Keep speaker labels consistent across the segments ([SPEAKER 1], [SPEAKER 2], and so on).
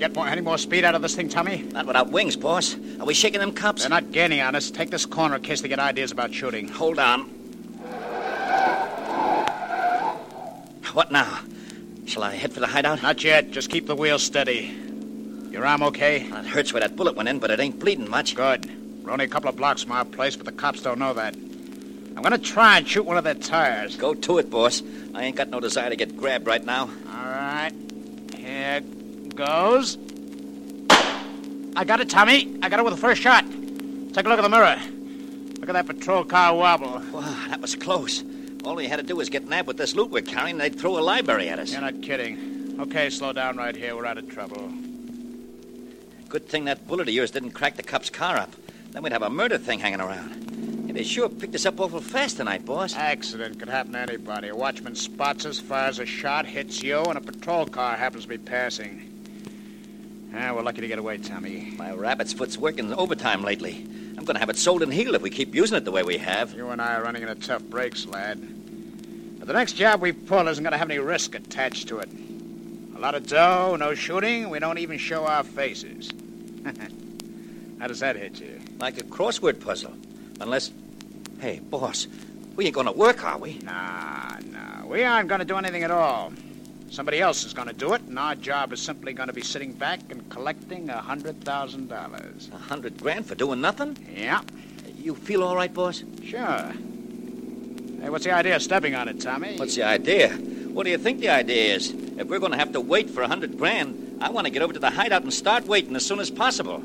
[SPEAKER 1] Get more, any more speed out of this thing, Tommy?
[SPEAKER 2] Not without wings, boss. Are we shaking them cops?
[SPEAKER 1] They're not gaining on us. Take this corner in case they get ideas about shooting.
[SPEAKER 2] Hold on. What now? Shall I head for the hideout?
[SPEAKER 1] Not yet. Just keep the wheel steady. Your arm okay?
[SPEAKER 2] It hurts where that bullet went in, but it ain't bleeding much.
[SPEAKER 1] Good. We're only a couple of blocks from our place, but the cops don't know that. I'm going to try and shoot one of their tires.
[SPEAKER 2] Go to it, boss. I ain't got no desire to get grabbed right now.
[SPEAKER 1] All right. Here goes. I got it, Tommy. I got it with the first shot. Take a look at the mirror. Look at that patrol car wobble.
[SPEAKER 2] Wow, that was close. All we had to do was get nabbed with this loot we're carrying, and they'd throw a library at us.
[SPEAKER 1] You're not kidding. Okay, slow down right here. We're out of trouble.
[SPEAKER 2] Good thing that bullet of yours didn't crack the cop's car up. Then we'd have a murder thing hanging around. Yeah, they sure picked us up awful fast tonight, boss.
[SPEAKER 1] Accident could happen to anybody. A watchman spots us, fires a shot, hits you, and a patrol car happens to be passing. Ah, we're lucky to get away, Tommy.
[SPEAKER 2] My rabbit's foot's working overtime lately. I'm going to have it sold and healed if we keep using it the way we have.
[SPEAKER 1] You and I are running into tough breaks, lad. But the next job we pull isn't going to have any risk attached to it. A lot of dough, no shooting, we don't even show our faces. How does that hit you?
[SPEAKER 2] Like a crossword puzzle. Unless. Hey, boss, we ain't going to work, are we?
[SPEAKER 1] Nah, nah. We aren't going to do anything at all. Somebody else is going to do it, and our job is simply going to be sitting back and collecting a $100,000.
[SPEAKER 2] A hundred grand for doing nothing?
[SPEAKER 1] Yeah,
[SPEAKER 2] You feel all right, boss?
[SPEAKER 1] sure. Hey, what's the idea of stepping on it, Tommy?
[SPEAKER 2] What's the idea? What do you think the idea is? If we're going to have to wait for a hundred grand, I want to get over to the hideout and start waiting as soon as possible.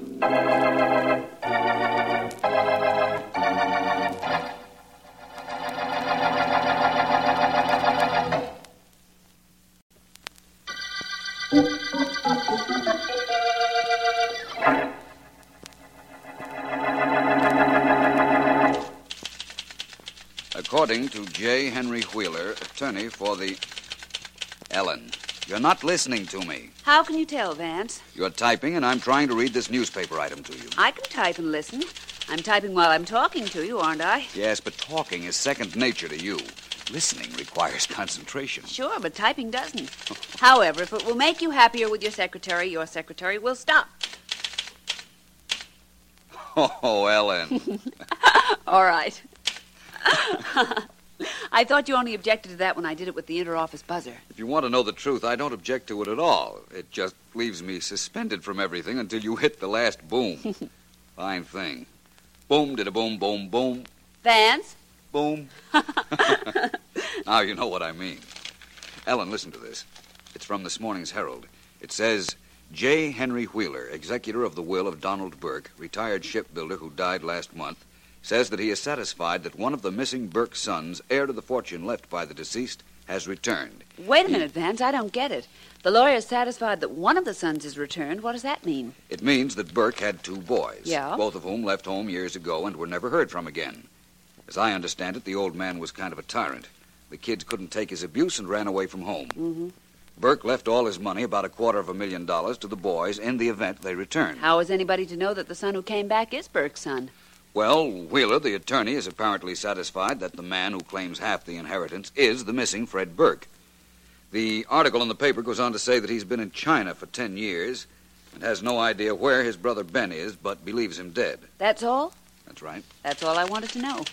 [SPEAKER 3] According to J. Henry Wheeler, attorney for the. Ellen, you're not listening to me.
[SPEAKER 4] How can you tell, Vance?
[SPEAKER 3] You're typing, and I'm trying to read this newspaper item to you.
[SPEAKER 4] I can type and listen. I'm typing while I'm talking to you, aren't I?
[SPEAKER 3] Yes, but talking is second nature to you. Listening requires concentration.
[SPEAKER 4] Sure, but typing doesn't. However, if it will make you happier with your secretary, your secretary will stop.
[SPEAKER 3] Oh, Ellen.
[SPEAKER 4] All right. I thought you only objected to that when I did it with the inter-office buzzer.
[SPEAKER 3] If you want to know the truth, I don't object to it at all. It just leaves me suspended from everything until you hit the last boom. Fine thing. Boom, did a boom, boom, boom,
[SPEAKER 4] Vance?
[SPEAKER 3] boom. now you know what I mean. Ellen, listen to this. It's from this morning's Herald. It says J. Henry Wheeler, executor of the will of Donald Burke, retired shipbuilder who died last month, says that he is satisfied that one of the missing Burke sons, heir to the fortune left by the deceased, has returned.
[SPEAKER 4] Wait a minute, Vance. I don't get it. The lawyer is satisfied that one of the sons is returned. What does that mean?
[SPEAKER 3] It means that Burke had two boys,
[SPEAKER 4] Yeah?
[SPEAKER 3] both of whom left home years ago and were never heard from again. As I understand it, the old man was kind of a tyrant. The kids couldn't take his abuse and ran away from home.
[SPEAKER 4] Mhm.
[SPEAKER 3] Burke left all his money, about a quarter of a million dollars, to the boys in the event they returned.
[SPEAKER 4] How is anybody to know that the son who came back is Burke's son?
[SPEAKER 3] Well, Wheeler, the attorney, is apparently satisfied that the man who claims half the inheritance is the missing Fred Burke. The article in the paper goes on to say that he's been in China for ten years and has no idea where his brother Ben is, but believes him dead.
[SPEAKER 4] That's all?
[SPEAKER 3] That's right.
[SPEAKER 4] That's all I wanted to know.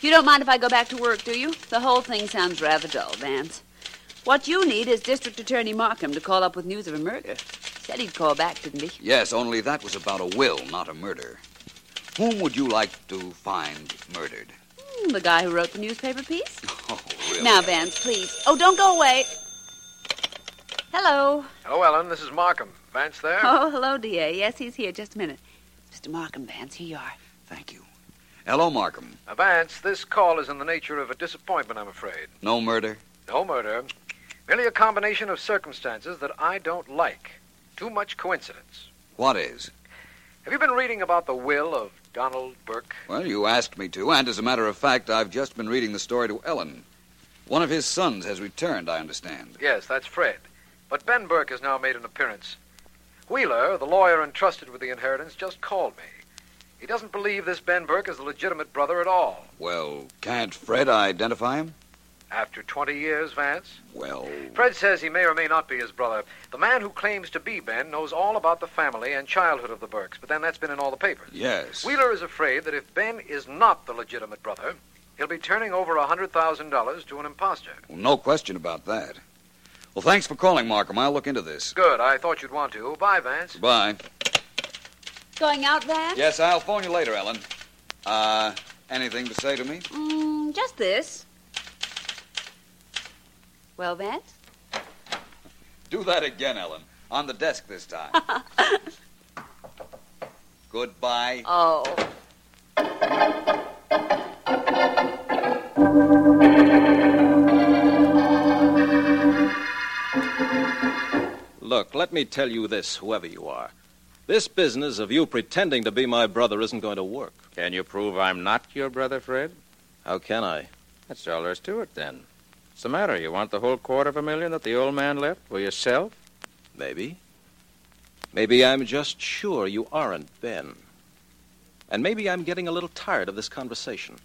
[SPEAKER 4] You don't mind if I go back to work, do you? The whole thing sounds rather dull, Vance. What you need is District Attorney Markham to call up with news of a murder. Said he'd call back, didn't he?
[SPEAKER 3] Yes, only that was about a will, not a murder. Whom would you like to find murdered?
[SPEAKER 4] Hmm, the guy who wrote the newspaper piece?
[SPEAKER 3] Oh, really?
[SPEAKER 4] Now, Vance, please. Oh, don't go away. Hello.
[SPEAKER 5] Hello, Ellen. This is Markham. Vance there?
[SPEAKER 4] Oh, hello, D.A. Yes, he's here. Just a minute. Mr. Markham, Vance, here you are.
[SPEAKER 3] Thank you. Hello, Markham.
[SPEAKER 5] Now, Vance, this call is in the nature of a disappointment, I'm afraid.
[SPEAKER 3] No murder?
[SPEAKER 5] No murder. Merely a combination of circumstances that I don't like. Too much coincidence.
[SPEAKER 3] What is?
[SPEAKER 5] Have you been reading about the will of Donald Burke?
[SPEAKER 3] Well, you asked me to, and as a matter of fact, I've just been reading the story to Ellen. One of his sons has returned, I understand.
[SPEAKER 5] Yes, that's Fred. But Ben Burke has now made an appearance. Wheeler, the lawyer entrusted with the inheritance, just called me. He doesn't believe this Ben Burke is the legitimate brother at all.
[SPEAKER 3] Well, can't Fred identify him?
[SPEAKER 6] After 20 years, Vance?
[SPEAKER 3] Well,
[SPEAKER 6] Fred says he may or may not be his brother. The man who claims to be Ben knows all about the family and childhood of the Burkes, but then that's been in all the papers.
[SPEAKER 3] yes.
[SPEAKER 6] Wheeler is afraid that if Ben is not the legitimate brother, he'll be turning over a $100,000 to an imposter.
[SPEAKER 3] Well, no question about that. Well, thanks for calling, Markham. I'll look into this.
[SPEAKER 6] Good. I thought you'd want to. Bye, Vance.
[SPEAKER 3] Goodbye.
[SPEAKER 4] Going out, Vance?
[SPEAKER 3] Yes, I'll phone you later, Ellen. Uh, anything to say to me?
[SPEAKER 4] Mm, just this. Well, Vance?
[SPEAKER 3] Do that again, Ellen. On the desk this time. Goodbye.
[SPEAKER 4] Oh.
[SPEAKER 7] Look, let me tell you this, whoever you are. This business of you pretending to be my brother isn't going to work.
[SPEAKER 2] Can you prove I'm not your brother, Fred?
[SPEAKER 7] How can I?
[SPEAKER 2] That's all there is to it, then. What's the matter? You want the whole quarter of a million that the old man left for yourself?
[SPEAKER 7] Maybe. Maybe I'm just sure you aren't Ben. And maybe I'm getting a little tired of this conversation.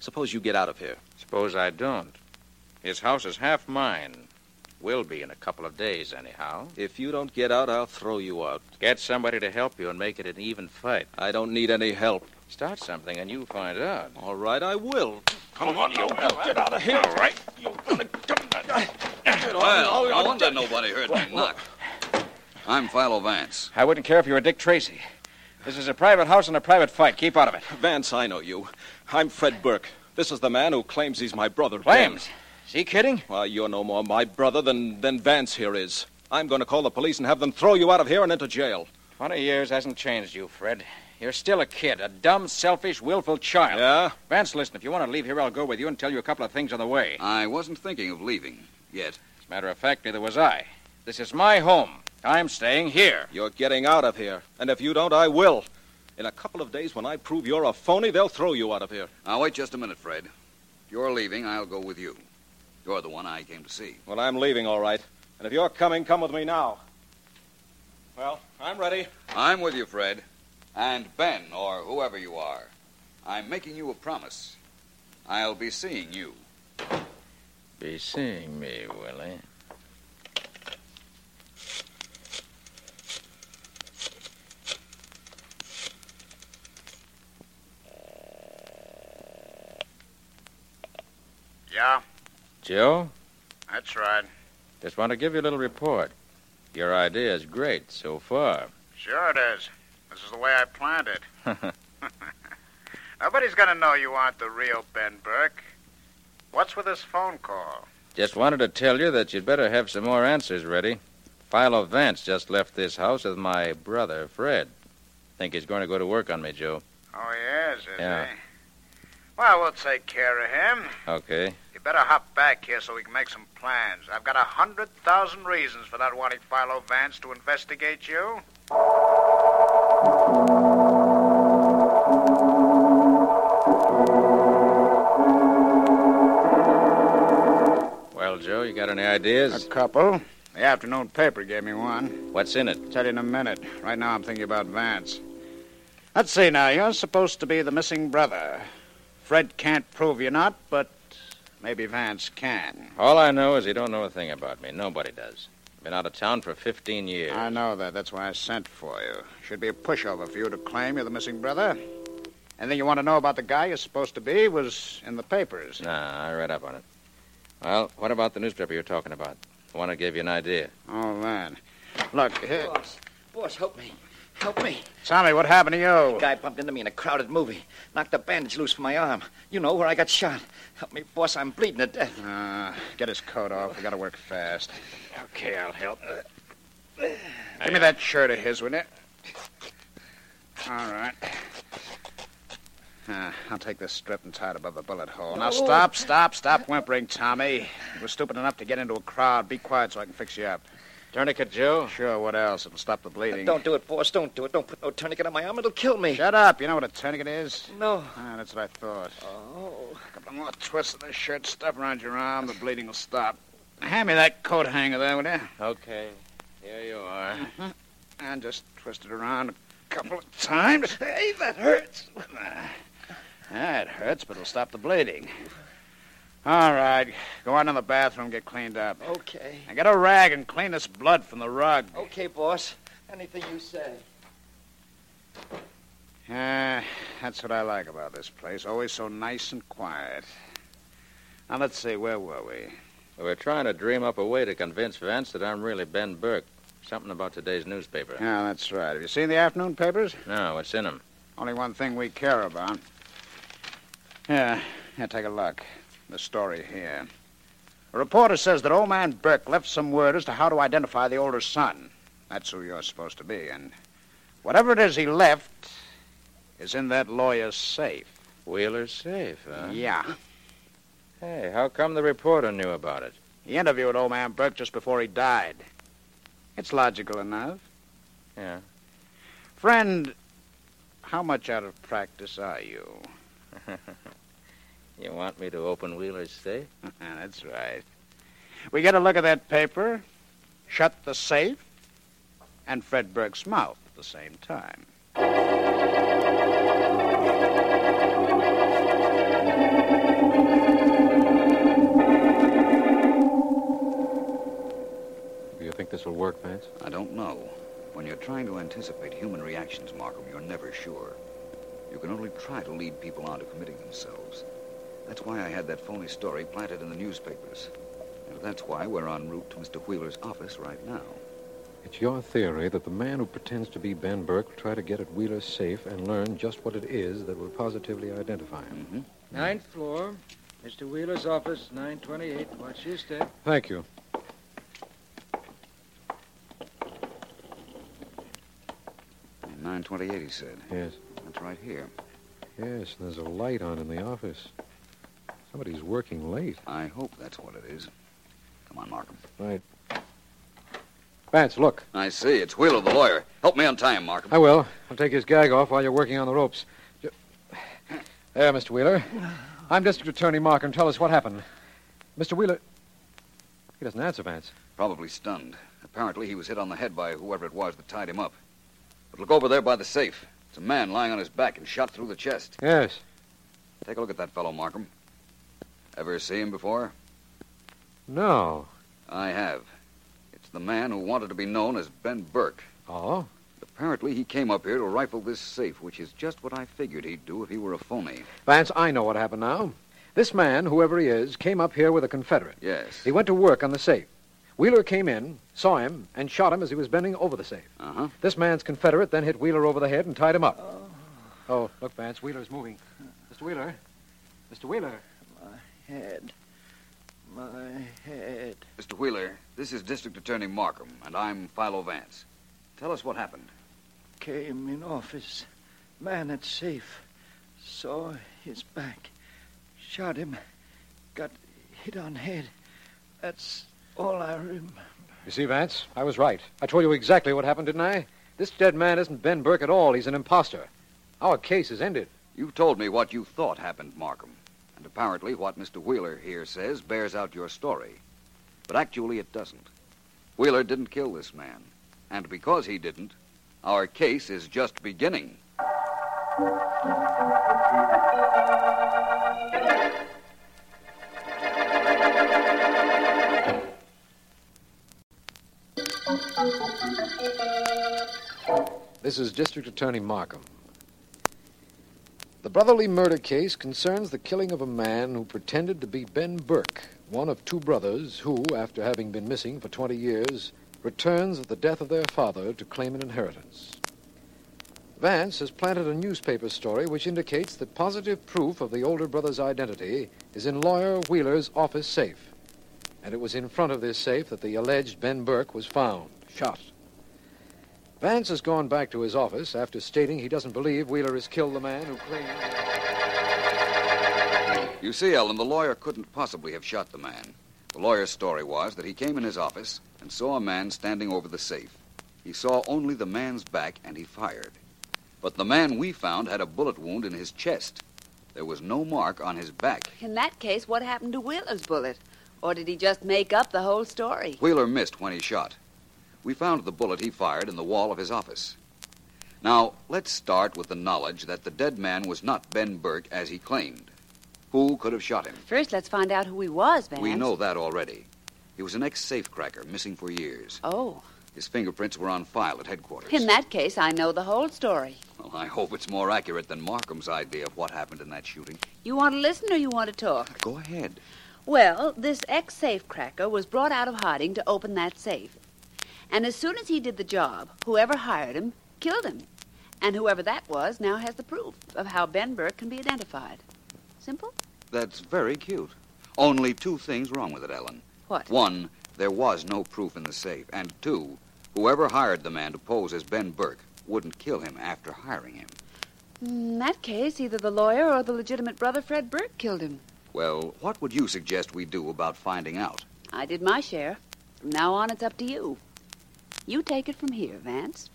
[SPEAKER 7] Suppose you get out of here.
[SPEAKER 2] Suppose I don't. His house is half mine. Will be in a couple of days, anyhow.
[SPEAKER 7] If you don't get out, I'll throw you out.
[SPEAKER 2] Get somebody to help you and make it an even fight.
[SPEAKER 7] I don't need any help.
[SPEAKER 2] Start something and you find out.
[SPEAKER 7] All right, I will.
[SPEAKER 8] Come on, you. Get out of here. All right. You're gonna come.
[SPEAKER 3] Well, no wonder nobody heard me knock. I'm Philo Vance.
[SPEAKER 2] I wouldn't care if you were Dick Tracy. This is a private house and a private fight. Keep out of it.
[SPEAKER 7] Vance, I know you. I'm Fred Burke. This is the man who claims he's my brother. Ben.
[SPEAKER 2] Clams. Is he kidding?
[SPEAKER 7] Why, you're no more my brother than, than Vance here is. I'm going to call the police and have them throw you out of here and into jail.
[SPEAKER 2] Twenty years hasn't changed you, Fred. You're still a kid, a dumb, selfish, willful child.
[SPEAKER 7] Yeah?
[SPEAKER 2] Vance, listen, if you want to leave here, I'll go with you and tell you a couple of things on the way.
[SPEAKER 3] I wasn't thinking of leaving yet.
[SPEAKER 2] As a matter of fact, neither was I. This is my home. I'm staying here.
[SPEAKER 7] You're getting out of here. And if you don't, I will. In a couple of days, when I prove you're a phony, they'll throw you out of here.
[SPEAKER 3] Now, wait just a minute, Fred. You're leaving, I'll go with you. You're the one I came to see.
[SPEAKER 7] Well, I'm leaving, all right. And if you're coming, come with me now. Well, I'm ready.
[SPEAKER 3] I'm with you, Fred. And Ben, or whoever you are. I'm making you a promise. I'll be seeing you.
[SPEAKER 2] Be seeing me, Willie.
[SPEAKER 1] Yeah,
[SPEAKER 2] Joe,
[SPEAKER 1] that's right.
[SPEAKER 2] just want to give you a little report. Your idea is great so far.
[SPEAKER 1] Sure it is. This is the way I planned it. Nobody's gonna know you aren't the real Ben Burke. What's with this phone call?
[SPEAKER 2] Just wanted to tell you that you'd better have some more answers ready. Philo Vance just left this house with my brother, Fred. Think he's going to go to work on me, Joe.
[SPEAKER 1] Oh, he is, is
[SPEAKER 2] Yeah.
[SPEAKER 1] he? Well, we'll take care of him.
[SPEAKER 2] Okay.
[SPEAKER 1] You better hop back here so we can make some plans. I've got a hundred thousand reasons for not wanting Philo Vance to investigate you.
[SPEAKER 2] Well, Joe, you got any ideas?
[SPEAKER 1] couple. The afternoon paper gave me
[SPEAKER 3] Uh,
[SPEAKER 1] one.
[SPEAKER 2] What's in it?
[SPEAKER 1] Tell you in a minute. Right now, I'm thinking about Vance. Let's see now. You're supposed to be the missing brother. Fred can't prove you're not, but maybe Vance can.
[SPEAKER 2] All I know is he don't know a thing about me. Nobody does. Been out of town for 15 years.
[SPEAKER 3] Uh,
[SPEAKER 1] I know that. That's why I sent for you. Should be a pushover for you to claim you're the missing brother. Anything you want to know about the guy you're supposed to be was in the papers.
[SPEAKER 2] Nah, I read up on it. Well, what about the newspaper you're talking about? The one that gave you an idea.
[SPEAKER 1] Oh, man. Look, here.
[SPEAKER 9] Boss, boss, help me. Help me.
[SPEAKER 1] Tommy, what happened to you?
[SPEAKER 9] Guy bumped into me in a crowded movie. Knocked a bandage loose from my arm. You know where I got shot. Help me, boss. I'm bleeding to death.
[SPEAKER 1] Uh, get his coat off. We gotta work fast.
[SPEAKER 9] Okay, I'll help.
[SPEAKER 1] Give me that shirt of his, will you? All right. Uh, I'll take this strip and tie it above the bullet hole. Now, stop, stop, stop whimpering, Tommy. You were stupid enough to get into a crowd. Be quiet so I can fix you up.
[SPEAKER 2] Tourniquet, Joe?
[SPEAKER 1] Sure, what else? It'll stop the bleeding.
[SPEAKER 9] Don't do it, boss. Don't do it. Don't put no tourniquet on my arm. It'll kill me.
[SPEAKER 1] Shut up. You know what a tourniquet is?
[SPEAKER 9] No.
[SPEAKER 1] Ah, that's what I thought.
[SPEAKER 9] Oh.
[SPEAKER 1] A couple more twists of this shirt stuff around your arm, the bleeding will stop. Hand me that coat hanger there, will you?
[SPEAKER 2] Okay. Here you are.
[SPEAKER 1] And just twist it around a couple of times. Hey, that hurts. Ah, it hurts, but it'll stop the bleeding. All right. Go out in the bathroom, get cleaned up.
[SPEAKER 2] Okay.
[SPEAKER 1] And get a rag and clean this blood from the rug.
[SPEAKER 2] Okay, boss. Anything you say.
[SPEAKER 1] Ah, that's what I like about this place. Always so nice and quiet. Now, let's see, where were we?
[SPEAKER 10] We were trying to dream up a way to convince Vance that I'm really Ben Burke. Something about today's newspaper.
[SPEAKER 1] Yeah, Ah, that's right. Have you seen the afternoon papers?
[SPEAKER 10] No, what's in him?
[SPEAKER 1] Only one thing we care about. Yeah, yeah, take a look. The story here. A reporter says that old man Burke left some word as to how to identify the older son. That's who you're supposed to be, and whatever it is he left is in that lawyer's safe.
[SPEAKER 10] Wheeler's safe, huh?
[SPEAKER 1] Yeah.
[SPEAKER 10] Hey, how come the reporter knew about it?
[SPEAKER 1] He interviewed old man Burke just before he died. It's logical enough.
[SPEAKER 10] Yeah.
[SPEAKER 1] Friend, how much out of practice are you?
[SPEAKER 10] You want me to open Wheeler's safe?
[SPEAKER 1] Ah, That's right. We get a look at that paper, shut the safe, and Fred Burke's mouth at the same time.
[SPEAKER 6] Do you think this will work, Vance?
[SPEAKER 3] I don't know. When you're trying to anticipate human reactions, Markham, you're never sure. You can only try to lead people on to committing themselves. That's why I had that phony story planted in the newspapers. And that's why we're en route to Mr. Wheeler's office right now.
[SPEAKER 6] It's your theory that the man who pretends to be Ben Burke will try to get at Wheeler's safe and learn just what it is that will positively identify him.
[SPEAKER 3] Mm-hmm.
[SPEAKER 2] Ninth floor. Mr. Wheeler's office, 928. Watch your step.
[SPEAKER 6] Thank you.
[SPEAKER 3] And 928, he said.
[SPEAKER 6] Yes.
[SPEAKER 3] That's right here.
[SPEAKER 6] Yes, and there's a light on in the office. Somebody's working late.
[SPEAKER 3] I hope that's what it is. Come on, Markham.
[SPEAKER 6] Right. Vance, look.
[SPEAKER 3] I see. It's Wheeler, the lawyer. Help me untie him, Markham.
[SPEAKER 6] I will. I'll take his gag off while you're working on the ropes. Ju- There, Mr. Wheeler. I'm District Attorney Markham. Tell us what happened. Mr. Wheeler. He doesn't answer, Vance.
[SPEAKER 3] Probably stunned. Apparently, he was hit on the head by whoever it was that tied him up. But look over there by the safe. It's a man lying on his back and shot through the chest.
[SPEAKER 6] Yes.
[SPEAKER 3] Take a look at that fellow, Markham. Ever see him before?
[SPEAKER 6] No.
[SPEAKER 3] I have. It's the man who wanted to be known as Ben Burke.
[SPEAKER 6] Oh?
[SPEAKER 3] Apparently, he came up here to rifle this safe, which is just what I figured he'd do if he were a phony.
[SPEAKER 6] Vance, I know what happened now. This man, whoever he is, came up here with a Confederate.
[SPEAKER 3] Yes.
[SPEAKER 6] He went to work on the safe. Wheeler came in, saw him, and shot him as he was bending over the safe.
[SPEAKER 3] Uh huh.
[SPEAKER 6] This man's Confederate then hit Wheeler over the head and tied him up. Oh, look, Vance, Wheeler's moving. Mr. Wheeler. Mr. Wheeler.
[SPEAKER 2] Head. My head.
[SPEAKER 3] Mr. Wheeler, this is District Attorney Markham, and I'm Philo Vance. Tell us what happened.
[SPEAKER 2] Came in office. Man at safe. Saw his back. Shot him. Got hit on head. That's all I remember.
[SPEAKER 6] You see, Vance, I was right. I told you exactly what happened, didn't I? This dead man isn't Ben Burke at all. He's an imposter. Our case is ended.
[SPEAKER 3] You told me what you thought happened, Markham, and apparently what Mr. Wheeler here says bears out your story. But actually, it doesn't. Wheeler didn't kill this man, and because he didn't, our case is just beginning.
[SPEAKER 6] This is District Attorney Markham. The Brotherly murder case concerns the killing of a man who pretended to be Ben Burke, one of two brothers who, after having been missing for 20 years, returns at the death of their father to claim an inheritance. Vance has planted a newspaper story which indicates that positive proof of the older brother's identity is in lawyer Wheeler's office safe. And it was in front of this safe that the alleged Ben Burke was found, shot. Vance has gone back to his office after stating he doesn't believe Wheeler has killed the man who claimed.
[SPEAKER 3] You see, Ellen, the lawyer couldn't possibly have shot the man. The lawyer's story was that he came in his office and saw a man standing over the safe. He saw only the man's back and he fired. But the man we found had a bullet wound in his chest. There was no mark on his back.
[SPEAKER 4] In that case, what happened to Wheeler's bullet? Or did he just make up the whole story?
[SPEAKER 3] Wheeler missed when he shot. We found the bullet he fired in the wall of his office. Now, let's start with the knowledge that the dead man was not Ben Burke as he claimed. Who could have shot him?
[SPEAKER 4] First, let's find out who he was, Vance.
[SPEAKER 3] We know that already. He was an ex safecracker, missing for years.
[SPEAKER 4] Oh,
[SPEAKER 3] His fingerprints were on file at headquarters.
[SPEAKER 4] in that case, I know the whole story.
[SPEAKER 3] Well, I hope it's more accurate than Markham's idea of what happened in that shooting.
[SPEAKER 4] You want to listen or you want to talk?
[SPEAKER 3] Go ahead.
[SPEAKER 4] Well, this ex safecracker was brought out of hiding to open that safe. And as soon as he did the job, whoever hired him killed him. And whoever that was now has the proof of how Ben Burke can be identified. Simple?
[SPEAKER 3] That's very cute. Only two things wrong with it, Ellen.
[SPEAKER 4] What?
[SPEAKER 3] One, there was no proof in the safe. And two, whoever hired the man to pose as Ben Burke wouldn't kill him after hiring him.
[SPEAKER 4] In that case, either the lawyer or the legitimate brother Fred Burke killed him.
[SPEAKER 3] Well, what would you suggest we do about finding out?
[SPEAKER 4] I did my share. From now on, it's up to you. You take it from here, Vance.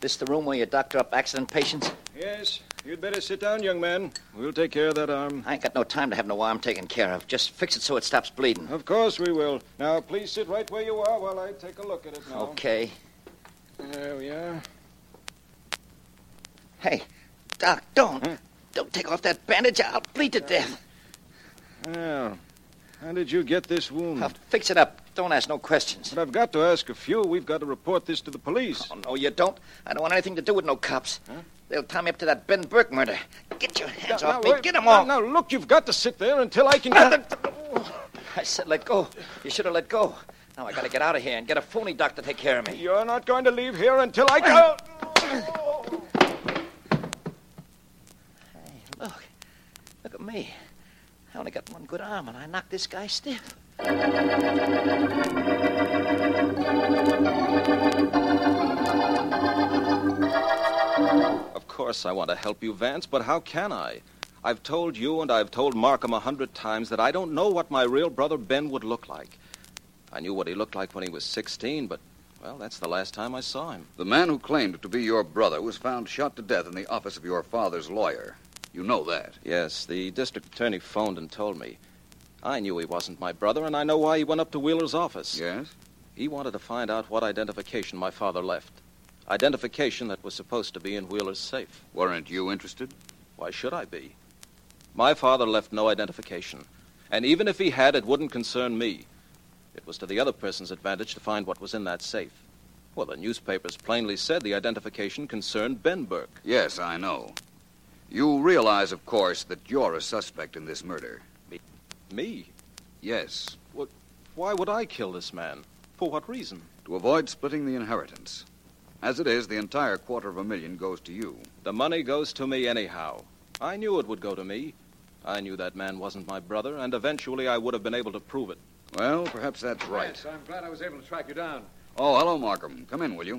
[SPEAKER 2] This the room where you doctor up accident patients?
[SPEAKER 11] Yes, you'd better sit down, young man. We'll take care of that arm.
[SPEAKER 2] I ain't got no time to have no arm taken care of. Just fix it so it stops bleeding.
[SPEAKER 11] Of course we will. Now, please sit right where you are while I take a look at it now.
[SPEAKER 2] Okay.
[SPEAKER 11] There we are.
[SPEAKER 2] Hey, Doc, don't. Don't take off that bandage. I'll bleed to death.
[SPEAKER 11] Well, how did you get this
[SPEAKER 2] Hmm.
[SPEAKER 11] wound? I'll
[SPEAKER 2] fix it up. Don't ask no questions.
[SPEAKER 11] But I've got to ask a few. We've got to report this to the police.
[SPEAKER 2] Oh, no, you don't. I don't want anything to do with no cops. They'll tie me up to that Ben Burke murder. Get your hands off me. Get 'em off.
[SPEAKER 11] Now, look, you've got to sit there until I can
[SPEAKER 2] get I said let go. You should have let go. Now I gotta get out of here and get a phony doc to take care of me.
[SPEAKER 11] You're not going to leave here until I can.
[SPEAKER 2] Look. Look at me. I only got one good arm and I knocked this guy stiff.
[SPEAKER 12] Of course, I want to help you, Vance, but how can I? I've told you and I've told Markham a hundred times that I don't know what my real brother Ben would look like. I knew what he looked like when he was 16, but, well, that's the last time I saw him.
[SPEAKER 3] The man who claimed to be your brother was found shot to death in the office of your father's lawyer. You know that.
[SPEAKER 12] Yes, the district attorney phoned and told me. I knew he wasn't my brother, and I know why he went up to Wheeler's office.
[SPEAKER 3] Yes?
[SPEAKER 12] He wanted to find out what identification my father left. Identification that was supposed to be in Wheeler's safe.
[SPEAKER 3] Weren't you interested?
[SPEAKER 12] Why should I be? My father left no identification, and even if he had, it wouldn't concern me. It was to the other person's advantage to find what was in that safe. Well, the newspapers plainly said the identification concerned Ben Burke.
[SPEAKER 3] Yes, I know. You realize, of course, that you're a suspect in this murder.
[SPEAKER 12] Me?
[SPEAKER 3] Yes,
[SPEAKER 12] Why would I kill this man? For what reason?
[SPEAKER 3] to avoid splitting the inheritance. As it is, the entire quarter of a million goes to you.
[SPEAKER 12] The money goes to me anyhow. I knew it would go to me. I knew that man wasn't my brother, and eventually I would have been able to prove it.
[SPEAKER 3] Well, perhaps that's right.
[SPEAKER 12] Yes,
[SPEAKER 11] I'm glad I was able to track you down.
[SPEAKER 3] Oh, hello, Markham. Come in, will you?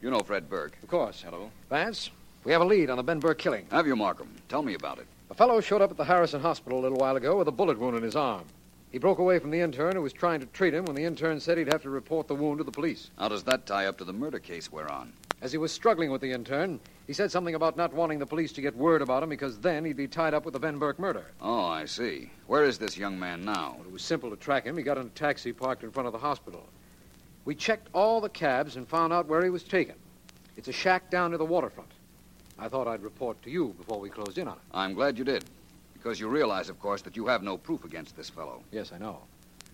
[SPEAKER 3] You know Fred Burke.
[SPEAKER 6] Of course.
[SPEAKER 3] Hello.
[SPEAKER 6] Vance, we have a lead on a Ben Burke killing.
[SPEAKER 3] Have you, Markham? Tell me about it.
[SPEAKER 6] A fellow showed up at the Harrison Hospital a little while ago with a bullet wound in his arm. He broke away from the intern who was trying to treat him when the intern said he'd have to report the wound to the police.
[SPEAKER 3] How does that tie up to the murder case we're on?
[SPEAKER 6] As he was struggling with the intern, he said something about not wanting the police to get word about him because then he'd be tied up with the Ben Burke murder.
[SPEAKER 3] Oh, I see. Where is this young man now?
[SPEAKER 6] It was simple to track him. He got in a taxi parked in front of the hospital. We checked all the cabs and found out where he was taken. It's a shack down near the waterfront. I thought I'd report to you before we closed in on it.
[SPEAKER 3] I'm glad you did. Because you realize, of course, that you have no proof against this fellow.
[SPEAKER 6] Yes, I know.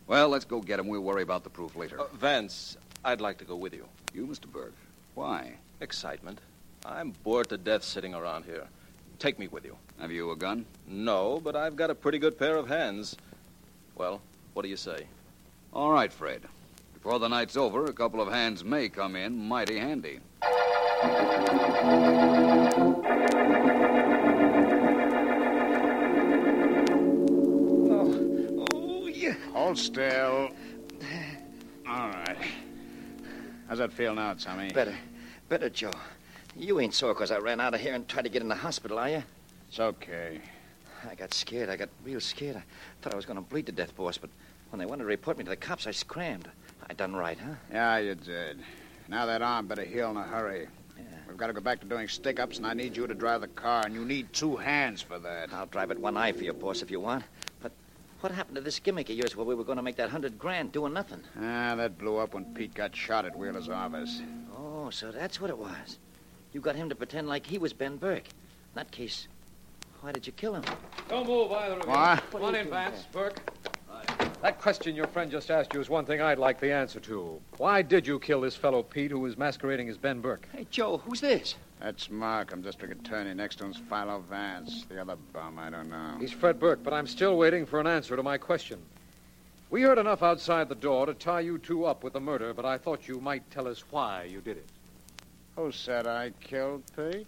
[SPEAKER 3] Well, let's go get him. We'll worry about the proof later.
[SPEAKER 12] Uh, Vance, I'd like to go with you.
[SPEAKER 3] You, Mr. Burke? Why?
[SPEAKER 12] Excitement. I'm bored to death sitting around here. Take me with you.
[SPEAKER 3] Have you a gun?
[SPEAKER 12] No, but I've got a pretty good pair of hands. Well, what do you say?
[SPEAKER 3] All right, Fred. Before the night's over, a couple of hands may come in mighty handy.
[SPEAKER 1] Hold still. All right. How's that feel now, Tommy?
[SPEAKER 2] Better. Better, Joe. You ain't sore 'cause I ran out of here and tried to get in the hospital, are you?
[SPEAKER 1] It's okay.
[SPEAKER 2] I got scared. I got real scared. I thought I was going to bleed to death, boss, but when they wanted to report me to the cops, I scrammed. I done right, huh?
[SPEAKER 1] Yeah, you did. Now that arm better heal in a hurry. We've got to go back to doing stick ups, and I need you to drive the car, and you need two hands for that.
[SPEAKER 2] I'll drive it one eye for you, boss, if you want. But What happened to this gimmick of yours where we were going to make that hundred grand doing nothing?
[SPEAKER 1] Ah, that blew up when Pete got shot at Wheeler's office.
[SPEAKER 2] Oh, so that's what it was. You got him to pretend like he was Ben Burke. In that case, why did you kill him?
[SPEAKER 13] Don't move either of you.
[SPEAKER 2] What?
[SPEAKER 13] Come
[SPEAKER 2] What are
[SPEAKER 13] on
[SPEAKER 2] you
[SPEAKER 13] in,
[SPEAKER 2] doing
[SPEAKER 13] Vance, Burke.
[SPEAKER 6] That question your friend just asked you is one thing I'd like the answer to. Why did you kill this fellow Pete who was masquerading as Ben Burke?
[SPEAKER 2] Hey, Joe, who's this?
[SPEAKER 1] That's Markham, district attorney. Next to him's Philo Vance. The other bum, I don't know.
[SPEAKER 6] He's Fred Burke, but I'm still waiting for an answer to my question. We heard enough outside the door to tie you two up with the murder, but I thought you might tell us why you did it.
[SPEAKER 1] Who said I killed Pete?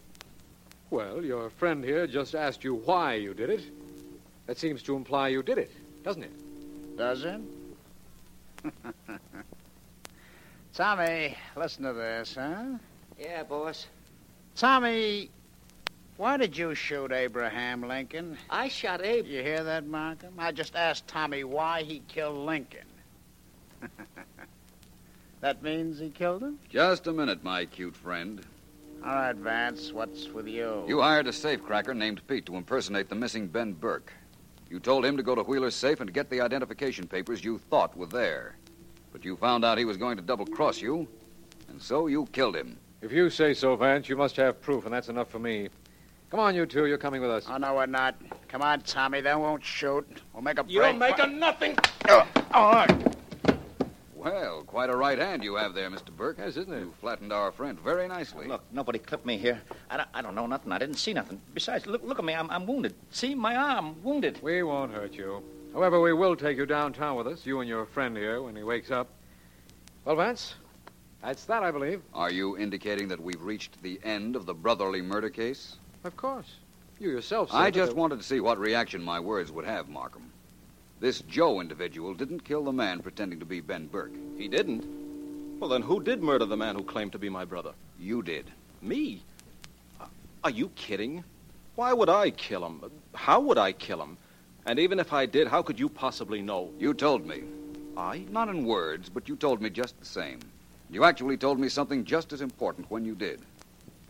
[SPEAKER 6] Well, your friend here just asked you why you did it. That seems to imply you did it, doesn't it?
[SPEAKER 1] Does it? Tommy, listen to this, huh?
[SPEAKER 2] Yeah, boss.
[SPEAKER 1] Tommy, why did you shoot Abraham Lincoln?
[SPEAKER 2] I shot Abe.
[SPEAKER 1] You hear that, Markham? I just asked Tommy why he killed Lincoln. that means he killed him?
[SPEAKER 3] Just a minute, my cute friend.
[SPEAKER 1] All right, Vance, what's with you?
[SPEAKER 3] You hired a safecracker named Pete to impersonate the missing Ben Burke. You told him to go to Wheeler's safe and get the identification papers you thought were there. But you found out he was going to double cross you, and so you killed him.
[SPEAKER 6] If you say so, Vance, you must have proof, and that's enough for me. Come on, you two. You're coming with us.
[SPEAKER 1] Oh, no, we're not. Come on, Tommy. They won't shoot. We'll make a
[SPEAKER 14] You'll
[SPEAKER 1] break. Oh,
[SPEAKER 14] make a nothing.
[SPEAKER 3] Well, quite a right hand you have there, Mr. Burke. Yes, isn't it? You flattened our friend very nicely.
[SPEAKER 2] Look, nobody clipped me here. I don't, I don't know nothing. I didn't see nothing. Besides, look, look at me. I'm, I'm wounded. See, my arm, wounded.
[SPEAKER 6] We won't hurt you. However, we will take you downtown with us, you and your friend here, when he wakes up. Well, Vance, that's that, I believe.
[SPEAKER 3] Are you indicating that we've reached the end of the brotherly murder case?
[SPEAKER 6] Of course. You yourself said
[SPEAKER 3] I
[SPEAKER 6] that
[SPEAKER 3] just
[SPEAKER 6] the-
[SPEAKER 3] wanted to see what reaction my words would have, Markham. This Joe individual didn't kill the man pretending to be Ben Burke.
[SPEAKER 12] He didn't. Well, then who did murder the man who claimed to be my brother?
[SPEAKER 3] You did.
[SPEAKER 12] Me? Uh, Are you kidding? Why would I kill him? How would I kill him? And even if I did, how could you possibly know?
[SPEAKER 3] You told me. I? Not in words, but you told me just the same. You actually told me something just as important when you did.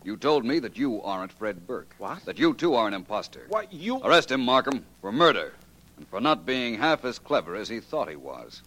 [SPEAKER 3] You told me that you aren't Fred Burke.
[SPEAKER 12] What?
[SPEAKER 3] That you, too, are an imposter.
[SPEAKER 12] Why, you.
[SPEAKER 3] Arrest him, Markham, for murder and for not being half as clever as he thought he was.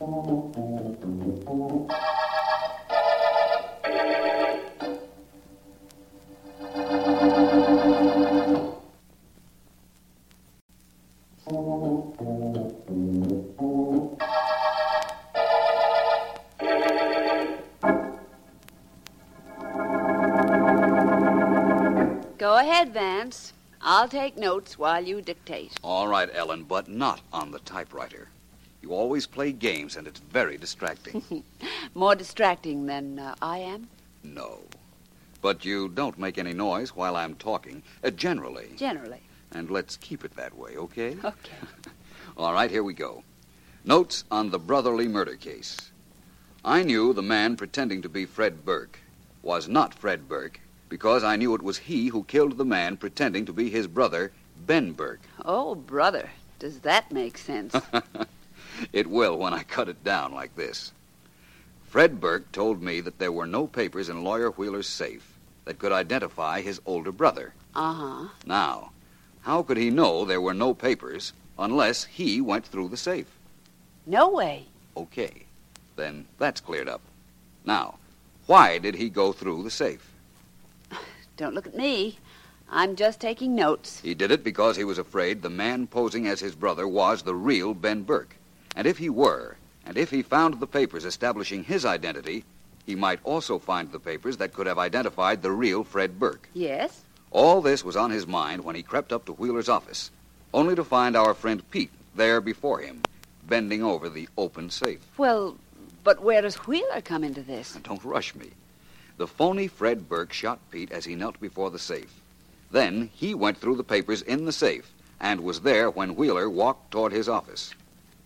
[SPEAKER 4] Go ahead, Vance. I'll take notes while you dictate.
[SPEAKER 3] All right, Ellen, but not on the typewriter. You always play games, and it's very distracting.
[SPEAKER 4] More distracting than uh, I am,
[SPEAKER 3] no. But you don't make any noise while I'm talking, uh, generally.
[SPEAKER 4] generally.
[SPEAKER 3] And let's keep it that way, okay? Okay. All right, here we go. Notes on the brotherly murder case. I knew the man pretending to be Fred Burke was not Fred Burke because I knew it was he who killed the man pretending to be his brother, Ben Burke.
[SPEAKER 4] Oh, brother, does that make sense?
[SPEAKER 3] It will when I cut it down like this. Fred Burke told me that there were no papers in Lawyer Wheeler's safe that could identify his older brother.
[SPEAKER 4] uh huh.
[SPEAKER 3] Now, how could he know there were no papers unless he went through the safe?
[SPEAKER 4] No way.
[SPEAKER 3] Okay, then that's cleared up. Now, why did he go through the safe?
[SPEAKER 4] Don't look at me. I'm just taking notes.
[SPEAKER 3] He did it because he was afraid the man posing as his brother was the real Ben Burke. And if he were, and if he found the papers establishing his identity, he might also find the papers that could have identified the real Fred Burke.
[SPEAKER 4] Yes?
[SPEAKER 3] All this was on his mind when he crept up to Wheeler's office, only to find our friend Pete there before him, bending over the open safe.
[SPEAKER 4] Well, but where does Wheeler come into this?
[SPEAKER 3] Don't rush me. The phony Fred Burke shot Pete as he knelt before the safe. Then he went through the papers in the safe and was there when Wheeler walked toward his office.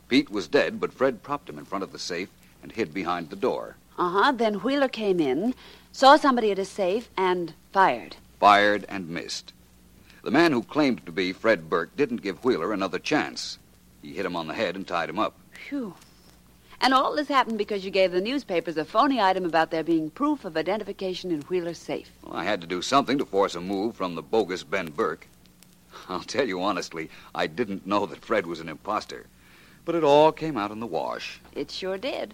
[SPEAKER 3] Pete was dead, but Fred propped him in front of the safe and hid behind the door.
[SPEAKER 4] Uh huh. Then Wheeler came in, saw somebody at a safe, and fired.
[SPEAKER 3] fired and missed. The man who claimed to be Fred Burke didn't give Wheeler another chance. He hit him on the head and tied him up.
[SPEAKER 4] Phew. And all this happened because you gave the newspapers a phony item about there being proof of identification in Wheeler's safe.
[SPEAKER 3] Well, I had to do something to force a move from the bogus Ben Burke. I'll tell you honestly, I didn't know that Fred was an imposter. But it all came out in the wash.
[SPEAKER 4] It sure did.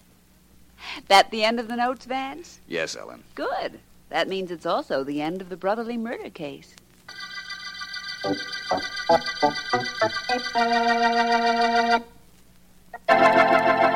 [SPEAKER 4] That the end of the notes, Vance?
[SPEAKER 3] Yes, Ellen.
[SPEAKER 4] Good. That means it's also the end of the brotherly murder case.
[SPEAKER 15] Thank you.